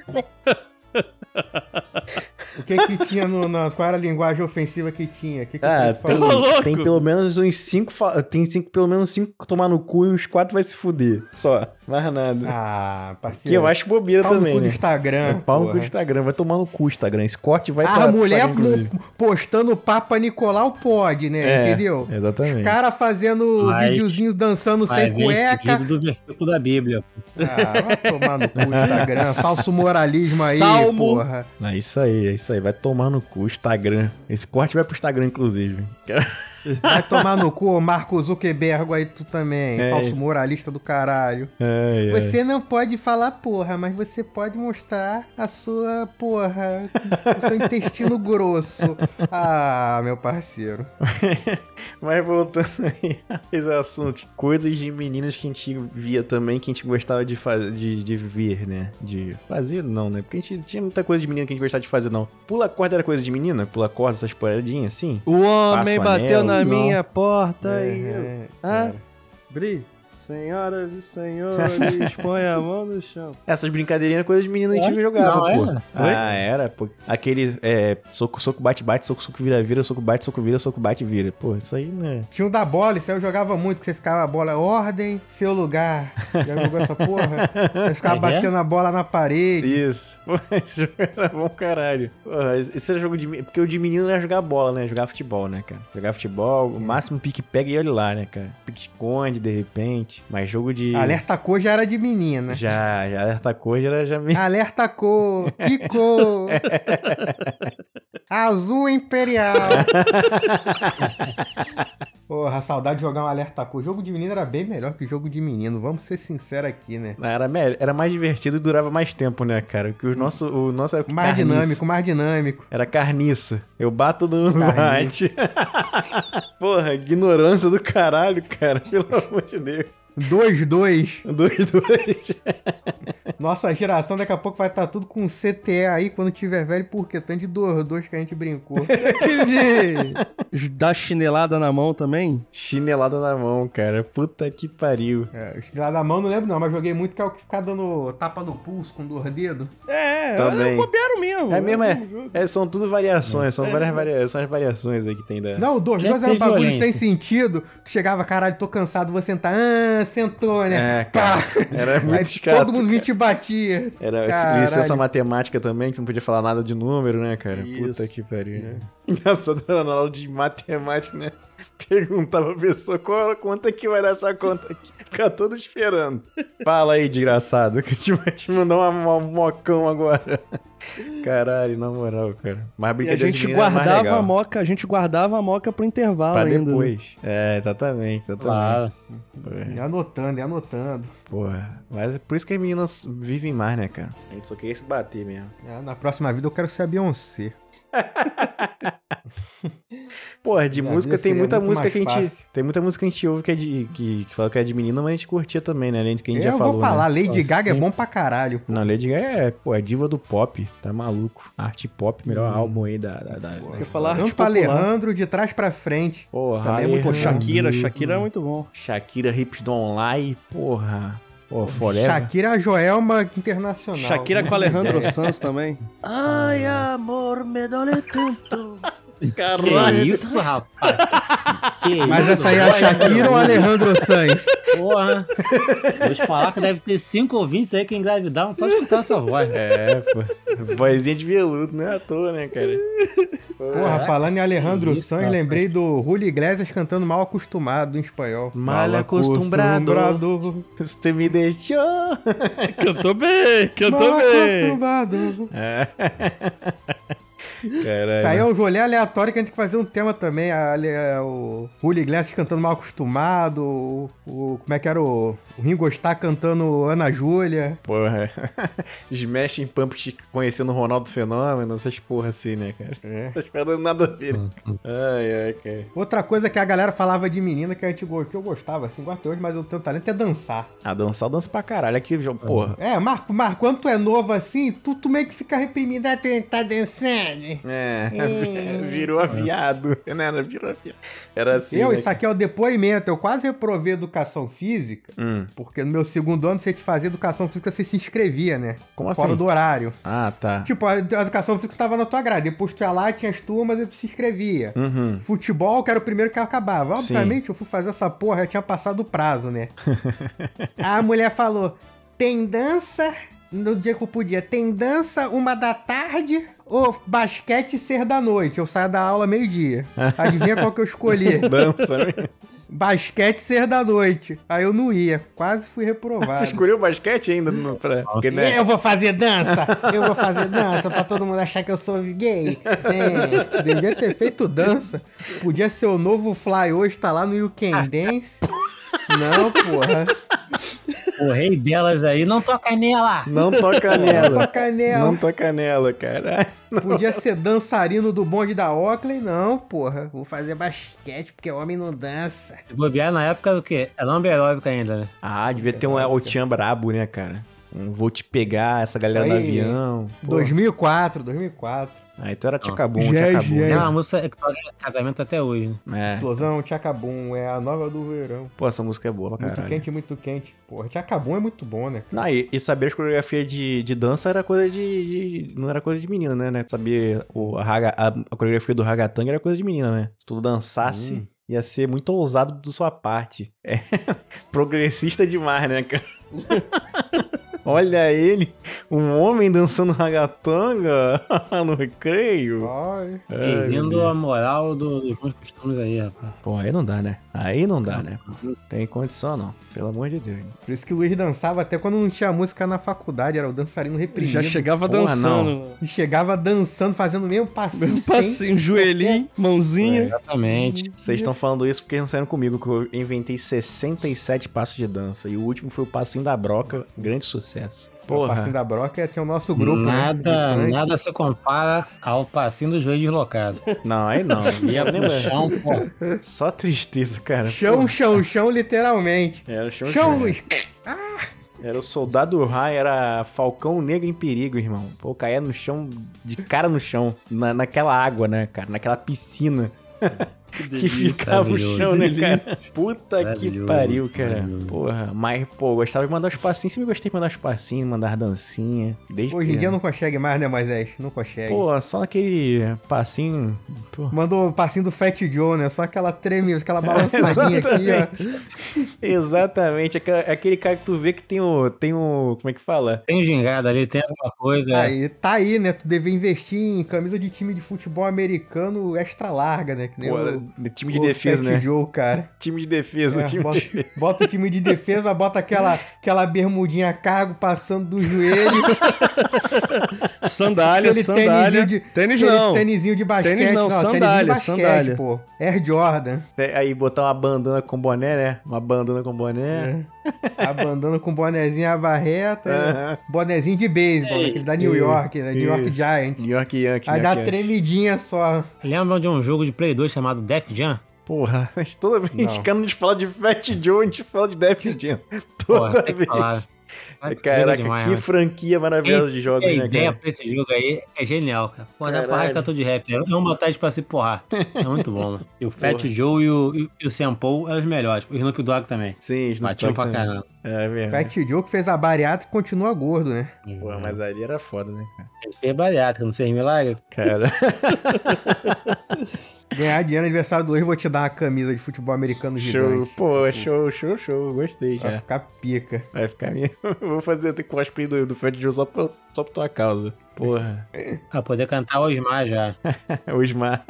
O que que tinha no, na, qual era a linguagem ofensiva que tinha? O que que
Ah,
o preto falou?
Ô, louco!
tem, tem pelo menos uns cinco. fa- Tem cinco, pelo menos cinco que tomar no cu e uns quatro vai se fuder. Só. Mais nada.
Ah, parceiro.
que eu acho bobeira
pau no
também,
cu do
né?
Instagram.
Pau no cu
porra.
do Instagram. Vai tomar no cu o Instagram. Esse corte vai
A
pra-
mulher é
pra- inclusive.
mo- postando Papa Nicolau pode, né?
É,
Entendeu?
Exatamente.
Os caras fazendo
Mas-
videozinho dançando sem cueca.
seguido do versículo da Bíblia.
Ah, vai tomar no cu Instagram. Falso moralismo aí,
Salmo.
porra.
É isso aí, é isso aí. Vai tomar no cu o Instagram. Esse corte vai pro Instagram, inclusive.
Vai tomar no cu, Marco Zuckerbergo aí tu também.
É
falso
isso.
moralista do caralho.
É, é.
Você não pode falar porra, mas você pode mostrar a sua porra, o seu intestino grosso. Ah, meu parceiro.
Mas voltando aí a esse assunto, coisas de meninas que a gente via também, que a gente gostava de fazer, de, de ver, né? De fazer, não, né? Porque a gente tinha muita coisa de menina que a gente gostava de fazer, não. Pula corda era coisa de menina? Pula corda, essas paradinhas assim?
O homem
Passa o
bateu
anel,
na
não.
minha porta e.
É,
Tá Ah,
cara.
Bri, senhoras e senhores, põe a mão no chão.
Essas brincadeirinhas eram coisas de menina que a gente jogava,
Não,
pô.
era?
Ah, era, pô. Aquele é, soco, soco, bate, bate, soco, soco, vira, vira, soco, bate, soco, vira, soco, bate, vira. Pô, isso aí, né?
Tinha um da bola, isso aí eu jogava muito, que você ficava a bola, ordem, seu lugar. Já jogou essa porra? Você ficava
É?
batendo a bola na parede.
Isso. Pô, Esse jogo era bom caralho. Porra, Esse era jogo de menino. Porque o de menino era jogar bola, né? Jogar futebol, né, cara? Jogar futebol, o máximo pique-pega e olha lá, né, cara? Pique-esconde, de repente. Mas jogo de.
Alerta cor já era de
né?
menina.
Já, já alerta coisa era já meio.
Alerta cor, que cor? Azul imperial. Porra, saudade de jogar um alerta cor. Jogo de menino era bem melhor que jogo de menino, vamos ser sinceros aqui, né?
Era, me- era mais divertido e durava mais tempo, né, cara? Que o nosso, o nosso era
Mais
carniça.
dinâmico, mais dinâmico.
Era carniça. Eu bato no
Carniça.
bate. Porra, ignorância do caralho, cara. Pelo amor de Deus.
2-2.
Dois, dois.
Nossa geração daqui a pouco vai estar tudo com CTE aí quando tiver velho, porque tanto de 2-2 que a gente brincou.
Aquele de dar chinelada na mão também?
Chinelada na mão, cara. Puta que pariu.
É, estrela da mão não lembro não, mas joguei muito que é o que ficar dando tapa no pulso com dois dedos.
É,
Também.
é bobeiro mesmo.
É mesmo,
o jogo.
É, são tudo variações, são várias variações, são as variações aí que tem da.
Não, o 2
Já
era um
teve
bagulho
violência.
sem sentido. Tu chegava, caralho, tô cansado, vou sentar. Ah, sentou, né?
É, cara. Era muito
Aí
chato.
todo mundo vinha e te batia.
Era
Caralho.
licença matemática também, que não podia falar nada de número, né, cara? Puta
Isso.
que pariu. Engraçado era na aula de matemática, né? Perguntava a pessoa qual era a conta que vai dar essa conta aqui. Fica todo esperando. Fala aí, desgraçado, que a gente vai te mandar uma, uma mocão agora. Caralho, na moral, cara. Mas
E a
brincadeira de
gente
menino era é mais
guardava
legal.
a moca, a gente guardava a moca pro intervalo
Pra
ainda. né?
depois. É, exatamente, é. exatamente.
Claro.
Porra,
E anotando, e anotando.
Porra. Mas é por isso que as meninas vivem mais, né, cara? A gente só queria se bater mesmo.
Ah, Na próxima vida eu quero ser a Beyoncé.
Porra, de
Minha
música
vida
tem
seria
muita
assim, é muito
música
mais
que a gente.
fácil.
Tem muita música que a gente ouve que é de. que, que fala que é de menina, mas a gente curtia também, né? Além do que a
É, Eu
gente já falou.
vou falar,
né?
Lady
Nossa,
Gaga é
tem-
bom pra caralho.
Não, Lady Gaga é, pô, é diva do pop, tá maluco. Arte pop, melhor
Uhum.
álbum aí da. da, da
Quer falar
Tanto
arte
pra
popular.
Alejandro, de trás pra frente.
Porra,
Também é muito
Pô,
Alejandro,
Shakira, Shakira é muito bom.
Shakira Hips Don't Lie, porra. Pô, Forever.
Shakira Joelma Internacional.
Shakira com Alejandro
É.
Sanz também. Ai, amor, me dole tanto.
Que isso, rapaz? Que
É Mas
isso?
essa aí é a Shakira ou Alejandro Sanz?
Porra. Vou te falar que deve ter cinco ouvintes aí que engravidaram só de escutar essa voz.
É, pô. Vozinha de veludo, não é à toa, né, cara?
Porra, falando em Alejandro
que isso,
Sanz,
rapaz.
lembrei do Julio Iglesias cantando Mal Acostumado em espanhol.
Mal acostumbrado.
Acostumbrado.
Você me deixou.
Cantou bem,
Mal
cantou bem.
acostumado.
É. Caralho.
Isso aí é um rolê aleatório que a gente tem que fazer um tema também. a- ali, é, o Julio Iglesias cantando Mal Acostumado. O, o- como é que era o, o Ringo Starr cantando Ana Júlia.
Porra. é. Smash em Pump te conhecendo o Ronaldo Fenômeno, essas porra assim, né, cara?
É.
Não esperando nada a ver.
Hum,
Ai, ai, cara.
Outra coisa que a galera falava de menina que, a gente, go- que eu gostava, assim, gosto até hoje, mas eu tenho talento é dançar.
Ah, dançar, dança pra caralho. Aqui, João,
Ah.
porra.
É, Marco, Marco, quando tu é novo assim, tu, tu meio que fica reprimido, ah, tu tá dançando.
É, virou aviado. Não era, virou aviado. Era assim.
eu,
né?
isso aqui é o depoimento. Eu quase reprovei educação física,
Hum,
porque no meu segundo ano, você te fazia educação física, você se inscrevia, né?
como assim?
Fora do horário.
Ah, tá.
Tipo, a a educação física tava na tua grade. Depois tu ia lá, tinha as turmas e tu se inscrevia.
Uhum.
Futebol, que era o primeiro que acabava.
Sim.
Obviamente, eu fui fazer essa porra, já tinha passado o prazo, né? a mulher falou: tem dança no dia que eu podia, tem dança uma da tarde ou basquete ser da noite. Eu saio da aula meio-dia. Adivinha qual que eu escolhi?
Dança, né?
basquete ser da noite. Aí eu não ia, quase fui reprovado.
Tu escolheu basquete ainda? No, pra, porque, né?
Eu vou fazer dança! Eu vou fazer dança pra todo mundo achar que eu sou gay. É, devia ter feito dança. Podia ser o novo Fly hoje, tá lá no You Can Dance. Não, porra.
O rei delas aí não toca nela.
Não toca
Tua
nela.
É canela.
Não toca nela, caralho.
Podia ser dançarino do bonde da Oakley. Não, porra. Vou fazer basquete porque homem não dança.
Se Bobear na época do quê? É lambe aeróbica ainda, né?
Ah, devia ter um El-Chan brabo, né, cara? Um vou te pegar, essa galera do
Aí,
avião. Pô.
2004, 2004.
Aí tu Ah, então era tchacabum,
Já,
tchacabum.
já.
É
É.
uma música que toca em casamento até hoje, né?
né? É.
Explosão, Tchacabum. É a nova do verão.
Pô, essa música é boa pra
Muito
caralho.
quente, muito quente. Porra, Tchacabum é muito bom, né?
Não, e, e saber as coreografias de, de dança era coisa de, de- Não era coisa de menina, né, né? Saber o, a, raga- a- a coreografia do ragatanga era coisa de menina, né? Se tu dançasse, ia ser muito ousado da sua parte. É progressista demais, né, cara? Olha ele, um homem dançando ragatanga no recreio.
Ai.
Ai, meu
Perdendo
Deus.
a moral do- dos bons costumes aí, rapaz.
Pô, aí não dá, né? Aí não dá, né? Tem condição, não. Pelo amor de Deus.
Por isso que o Luiz dançava até quando não tinha música na faculdade, era o dançarino
Ele
reprimido.
já chegava
Porra,
dançando.
E chegava dançando, fazendo mesmo passinho.
Mesmo
passinho.
passinho,
É.
joelhinho, mãozinha.
Exatamente.
Vocês estão falando isso porque não saíram comigo, que eu inventei 67 passos de dança. E o último foi o passinho da broca. Grande sucesso.
O passinho
Porra.
da broca tinha o nosso grupo. né,
nada,
de funk.
nada se compara ao passinho do joelho deslocado.
Não, aí não.
Ia pro chão, pô.
Só tristeza, cara.
Chão, chão, chão, literalmente.
Pô, Era o chão,
Chão,
chão.
Luiz.
Era o soldado Rai, era Falcão Negro em perigo, irmão. Pô, caía no chão, de cara no chão. Na, naquela água, né, cara? Naquela piscina. que ficava o
Maravilhoso.
chão, né, cara? Puta que
Maravilhoso,
pariu, cara.
maravilhoso.
Porra, mas, pô, eu gostava de mandar os passinhos. Sempre gostei de mandar os passinhos, mandar dancinha. Desde
Hoje em dia
criança.
não consegue mais, né, Moisés? Não consegue.
Pô, só naquele passinho. Pô.
Mandou o passinho do Fat Joe, né? Só aquela tremida, aquela balançadinha aqui, ó.
Exatamente. Aquela- Aquele cara que tu vê que tem o. Tem o. Como é que fala?
Tem gingada ali, tem alguma coisa.
Aí, tá aí, né? Tu devia investir em camisa de time de futebol americano extra larga, né? Que nem
Pô,
o,
time de
o
defesa,
Fat
né?
Joe, cara.
Time de defesa,
É,
time
bota,
de defesa.
bota o time de defesa, bota aquela, aquela bermudinha a cargo passando do joelho.
É.
Sandália,
Aquele
sandália.
tênisinho de-
Tênis
aquele
não.
tênisinho de basquete.
Tênis não,
tênis de
sandália,
basquete,
sandália.
pô. Air Jordan.
É, Aí botar uma bandana com boné, né? Uma bandana com
É.
boné.
A bandana É. com bonezinho à
É.
barreta.
Aham.
É.
Bonezinho de beisebol,
Ei,
aquele da New
isso,
York, né? New York
isso.
Giant.
New York Yankee.
Aí
né,
dá
que é-
tremidinha só.
Lembram de um jogo de Play 2 chamado Def Jam?
Porra, mas toda vez
Não.
que a gente fala de Fat Joe, a gente fala de Def Jam. Toda
tem que
vez.
falar. Mas
Caraca,
demais,
que
né?
franquia maravilhosa de jogos,
a
né,
ideia
cara?
pra esse jogo aí é genial, cara. Pô, dá pra
Caralho.
arrancar tudo de rap. É uma batalha pra se porrar. É muito bom, mano. E o Fat
Porra.
Joe e o, e, e o Sample é os melhores. O Snoop Dogg também.
Sim, Snoop
Batiam
Dogg
um pra
também.
caramba.
É mesmo.
Fat Joe que fez a bariátrica e continua gordo, né?
Pô, mas ali era foda, né, cara?
Ele fez bariátrica, não fez milagre?
Cara.
Ganhar de aniversário do Luiz, vou te dar uma camisa de futebol americano
Show,
gigante.
pô, show, show, show. Gostei
Vai
É.
já.
ficar pica.
Ah, Vai ficar minha. Vou fazer até cosplay do, do Fat Joe só, pra, só por tua causa. Porra.
Pra Ah, poder cantar o Osmar já.
Osmar.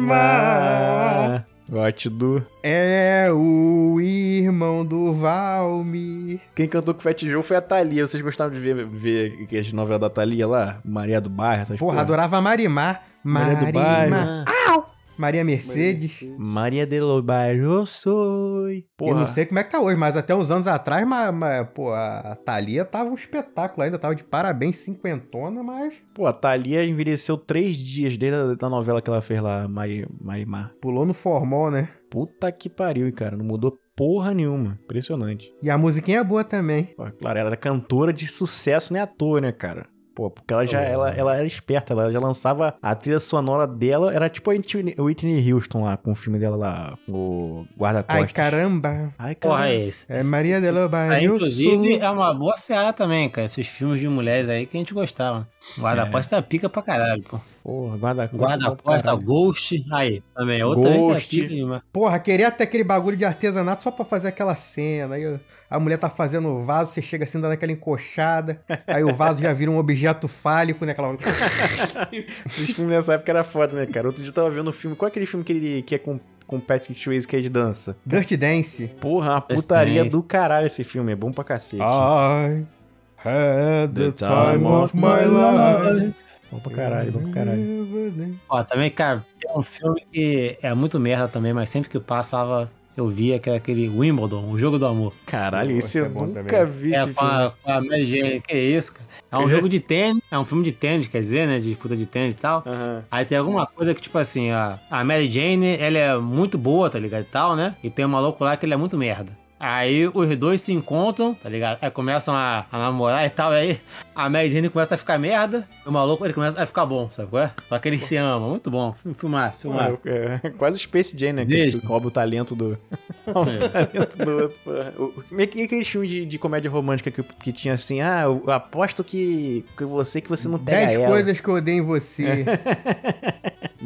Osmar!
Osmar. Gote do.
É o irmão do Valmir.
Quem cantou com o Fat Joe foi a Thalia. Vocês gostavam de ver, ver que as novelas da Thalia lá? Maria do Bairro, essas
Porra, adorava Marimar.
Maria do
Marimar.
Bairro.
Maria Mercedes.
Maria do Bairro, eu sou.
Eu não sei como é que tá hoje, mas até uns anos atrás, ma, ma- pô, a Thalia tava um espetáculo ainda, tava de parabéns, cinquentona, mas
Pô, a Thalia envelheceu três dias desde a da novela que ela fez lá, Mari, Marimar.
pulou no formol, né?
Puta que pariu, cara. Não mudou porra nenhuma. Impressionante.
E a musiquinha é boa também.
Pô, claro, ela era cantora de sucesso, né? Ator, né, cara? pô. Porque ela já ela, ela era esperta, ela já lançava a trilha sonora dela, era tipo a Whitney Whitney Houston lá, com o filme dela lá, o Guarda-Costas.
Ai, caramba.
Ai,
Porra,
caramba.
é esse.
É Maria de
Aí,
Lobario.
inclusive, é uma boa seara também, cara. Esses filmes de mulheres aí que a gente gostava. Guarda-posta pica pra caralho, pô.
Porra, Guarda-Costas.
Guarda-posta,
caralho.
Ghost. Aí, também. Outra aí
Ghost.
que é pica demais.
Porra, queria até aquele bagulho de artesanato só pra fazer aquela cena. Aí a mulher tá fazendo o vaso, você chega assim, dando aquela encoxada. Aí o vaso já vira um objeto fálico, né? Aquela...
Esses filmes nessa época era foda, né, cara? Outro dia eu tava vendo um filme, qual é aquele filme que ele que é com, com o Patrick Swayze que é de dança?
Dirty Dance.
Porra, é uma
Just
putaria
Dance.
do caralho esse filme, é bom pra cacete.
Ah, I had
the time of my Bom pra caralho, bom pra caralho.
caralho.
Ó, também, cara, tem um filme que é muito merda também, mas sempre que eu passava, eu via que era aquele Wimbledon, o jogo do amor.
Caralho,
Nossa,
esse eu
é bom
nunca
também.
vi
É,
esse
com
filme.
a, com a Mary Jane. Que isso, cara. É um
Eu já-
jogo de tênis, é um filme de tênis, quer dizer, né? De disputa de tênis e tal.
Aham.
Aí tem alguma coisa que, tipo assim, a, a Mary Jane, ela é muito boa, tá ligado? E tal, né? E tem um maluco lá que ele é muito merda. Aí os dois se encontram, tá ligado? Aí começam a, a namorar e tal. Aí a Mary Jane começa a ficar merda. E o maluco, ele começa a ficar bom, sabe qual é? Só que eles se amam. Muito bom. Filmar, filmar.
É, é quase Space Jam, né? Que
Veja.
tu rouba o talento do. rouba
É,
o talento do outro. porra. O- Como é que é aquele filme de, de comédia romântica que, que tinha assim? Ah, eu aposto que, que você que você não pega
10
ela.
coisas que eu odeio em você.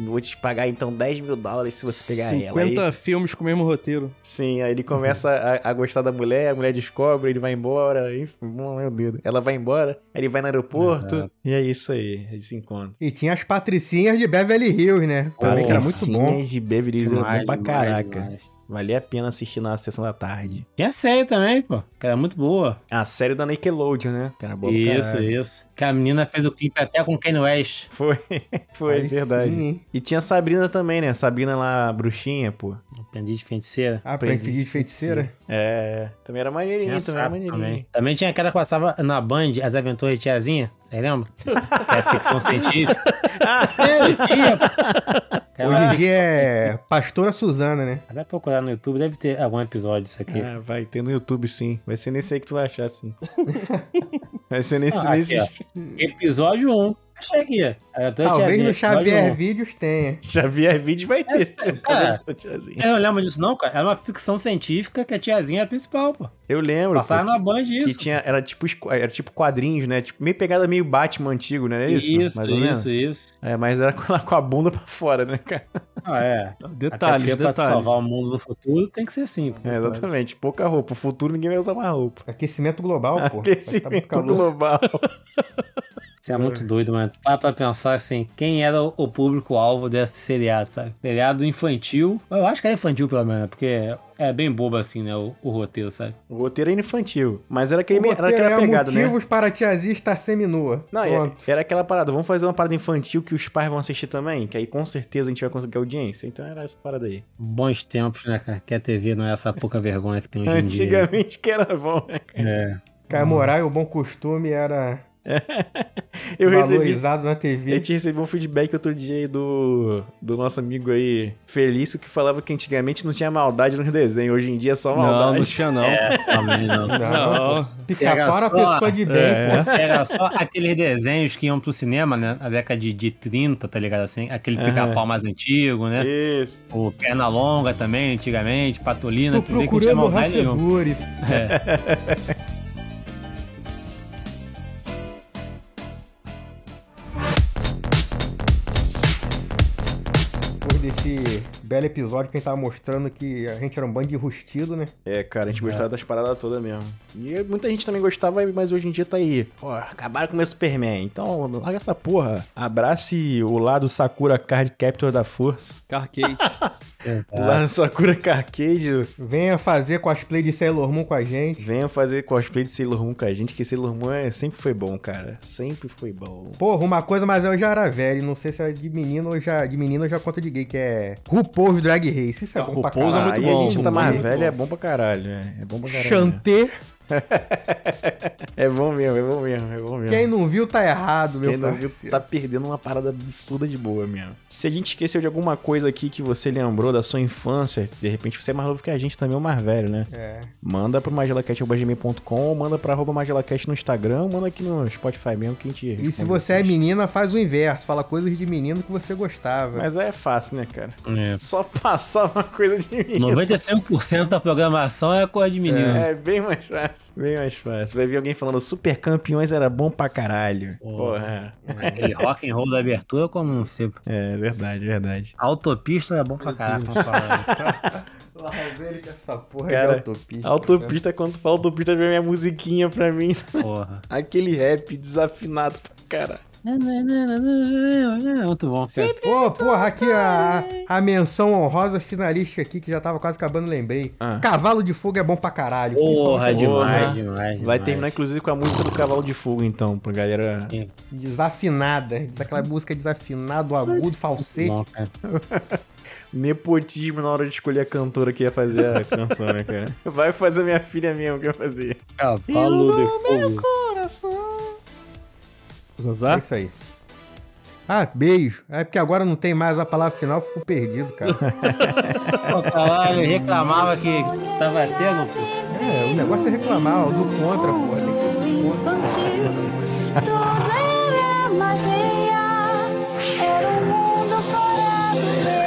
Vou te pagar então 10 mil dólares se você pegar ela. Aí-
50 filmes com o mesmo roteiro.
Sim, aí ele começa
Uhum.
a, a gostar da mulher, a mulher descobre, ele vai embora, enfim, meu Deus. Ela vai embora, aí ele vai no aeroporto, e é isso aí, eles se encontram.
E tinha as patricinhas de Beverly Hills, né? Também que era muito bom.
Patricinhas de Beverly Hills era é bom pra
Demais,
caraca.
demais.
Valia a pena assistir na sessão da tarde.
Tinha série também, pô. Que era muito boa.
A série da Nickelodeon, né? Que era boa pra
isso,
caralho.
isso. Que a menina fez o clipe até com Kanye West.
Foi, foi,
Aí
verdade.
sim, hein?
E tinha a Sabrina também, né? Sabrina lá, a bruxinha, pô.
Aprendiz de feiticeira.
Ah, pra impedir de feiticeira.
É, também era maneirinho,
Tinha
também era
sapo
maneirinho.
também. Também tinha aquela que passava na Band, As Aventuras de Tiazinha. Você lembra? Que era ficção científica. É, tinha, pô.
Hoje em
Cara,
dia é Pastora Suzana, né?
Vai procurar no YouTube, deve ter algum episódio disso aqui.
É.
Ah, vai ter no YouTube sim. Vai ser nesse aí que tu vai achar, sim. vai ser nesse.
Ah, aqui,
nesse...
ó. Episódio 1. Achei aqui. A Aventura de
Talvez
Tiazinha,
no
episódio
Xavier
1.
Vídeos tenha.
Xavier é Vídeo vai ter.
É,
cara.
Tiazinha.
Eu não lembro disso não, cara. Era uma ficção científica que a tiazinha era a principal, pô.
Eu lembro.
Passava
pô,
na Band
que-
isso.
Que tinha, era, tipo, esqu- era tipo quadrinhos, né? Tipo, meio pegada meio Batman antigo, né? Era isso?
isso,
mais ou menos?
isso, isso.
É, mas era com, com a bunda pra fora, né, cara?
Ah, é. Até
Detalhes,
porque Pra
detalhes.
salvar o mundo no futuro tem que ser assim, pô.
É, exatamente. Pouca roupa. O futuro ninguém vai usar mais roupa.
Aquecimento global, pô. Vai
Aquecimento
tá muito calor.
global.
Isso é muito doido, mano. Para pra pensar assim, quem era o o público-alvo desse seriado, sabe? Seriado infantil. Eu acho que era infantil, pelo menos, porque é bem bobo assim, né? O, o roteiro, sabe?
o roteiro era infantil. Mas era, aquele,
O
me- era
roteiro
aquela
é
pegada, né?
motivos para a tiazinha estar seminua.
Não, é.
Pronto.
e- era aquela parada, vamos fazer uma parada infantil que os pais vão assistir também, que aí com certeza a gente vai conseguir audiência. Então era essa parada aí.
Bons tempos, né, cara? Que a TV não é essa pouca vergonha que tem hoje em dia.
Antigamente que era bom, né? cara?
É.
Camorai, o bom costume era
Eu recebi.
valorizado na
A
TV.
gente recebeu um feedback outro dia aí do, do nosso amigo aí, Felício, que falava que antigamente não tinha maldade nos desenhos, hoje em dia é só
Não, não
maldade.
tinha não.
É, também não.
Não,
Não.
pô. Pica-pau era
Pega só.
pessoa de bem,
É.
pô.
Era só aqueles desenhos que iam pro cinema, né? Na década de, de 30, tá ligado? Assim, aquele
Aham.
pica-pau mais antigo, né?
Isso.
O Perna Longa também, antigamente, Patolina,
Tô
tu vê que não tinha
procurando
maldade nenhuma. É.
rachadores. Depois desse belo episódio que a gente tava mostrando que a gente era um bando de rustido, né?
É, cara, a gente gostava das paradas todas mesmo. E muita gente também gostava, mas hoje em dia tá aí. Pô, acabaram com o meu Superman. Então, larga essa porra. Abrace o lado Sakura Card Captor da Força.
Carcade.
Lá no Sakura Carcade,
Venha fazer cosplay de Sailor Moon com a gente.
venham fazer cosplay de Sailor Moon com a gente, que Sailor Moon é- sempre foi bom, cara. Sempre foi bom.
Porra, uma coisa, mas eu já era velho, não sei se é de menino ou já de menino eu já conta de gay, que é RuPaul's Drag Race. Isso é
Não,
Então,
bom pra
RuPaul's é
caralho.
muito
Aí
bom,
a gente tá
muito
mais
bom.
velho, é bom pra caralho. É, é bom pra caralho.
Chanté
É bom mesmo, é bom mesmo, é bom mesmo.
Quem não viu tá errado, meu
Quem não viu
parceiro.
tá perdendo uma parada absurda de boa mesmo. Se a gente esqueceu de alguma coisa aqui que você lembrou da sua infância, de repente você é mais novo que a gente também, ou mais velho, né?
É.
Manda pro magelacast.gmail.com ou manda pra arroba magelacast no Instagram, ou manda aqui no Spotify mesmo que a gente
E se
responde
você é
vocês.
menina, faz o inverso. Fala coisas de menino que você gostava.
Mas é fácil, né, cara?
É.
Só passar uma coisa de menino.
95% da programação é coisa de menino.
É bem mais fácil, bem mais fácil. Vai ver alguém falando super campeões era bom pra caralho.
Porra.
Porra.
Aquele rock and roll da abertura, como não sei.
É verdade, verdade.
Autopista é bom pra caralho. pra falar. né?
Lá vem com essa porra é
Cara,
de autopista.
Autopista, quando tu fala autopista, vem minha musiquinha pra mim.
Porra.
Aquele rap desafinado pra caralho.
Muito bom.
cara. Ô, porra, aqui a, a menção honrosa finalista aqui, que já tava quase acabando, lembrei.
Ah.
Cavalo de fogo é bom pra caralho.
Porra,
é
demais,
demais, É demais.
Vai terminar, inclusive, com a música do Cavalo de Fogo, então, pra galera.
Desafinada. Diz Aquela música desafinado, agudo, falsete.
Não, cara.
Nepotismo na hora de escolher a cantora que ia fazer a canção, né, cara? Vai fazer minha filha mesmo que eu fazia.
Cavalo de fogo.
É
Zanzar?
isso aí. Ah, beijo. É porque agora não tem mais a palavra final, fico perdido, cara.
Pô, caralho, reclamava que tava tendo. pô.
É, o negócio é reclamar, ó, do contra, pô. Tem que ser do contra.
infantil. Tudo era magia, era um mundo fora do meu.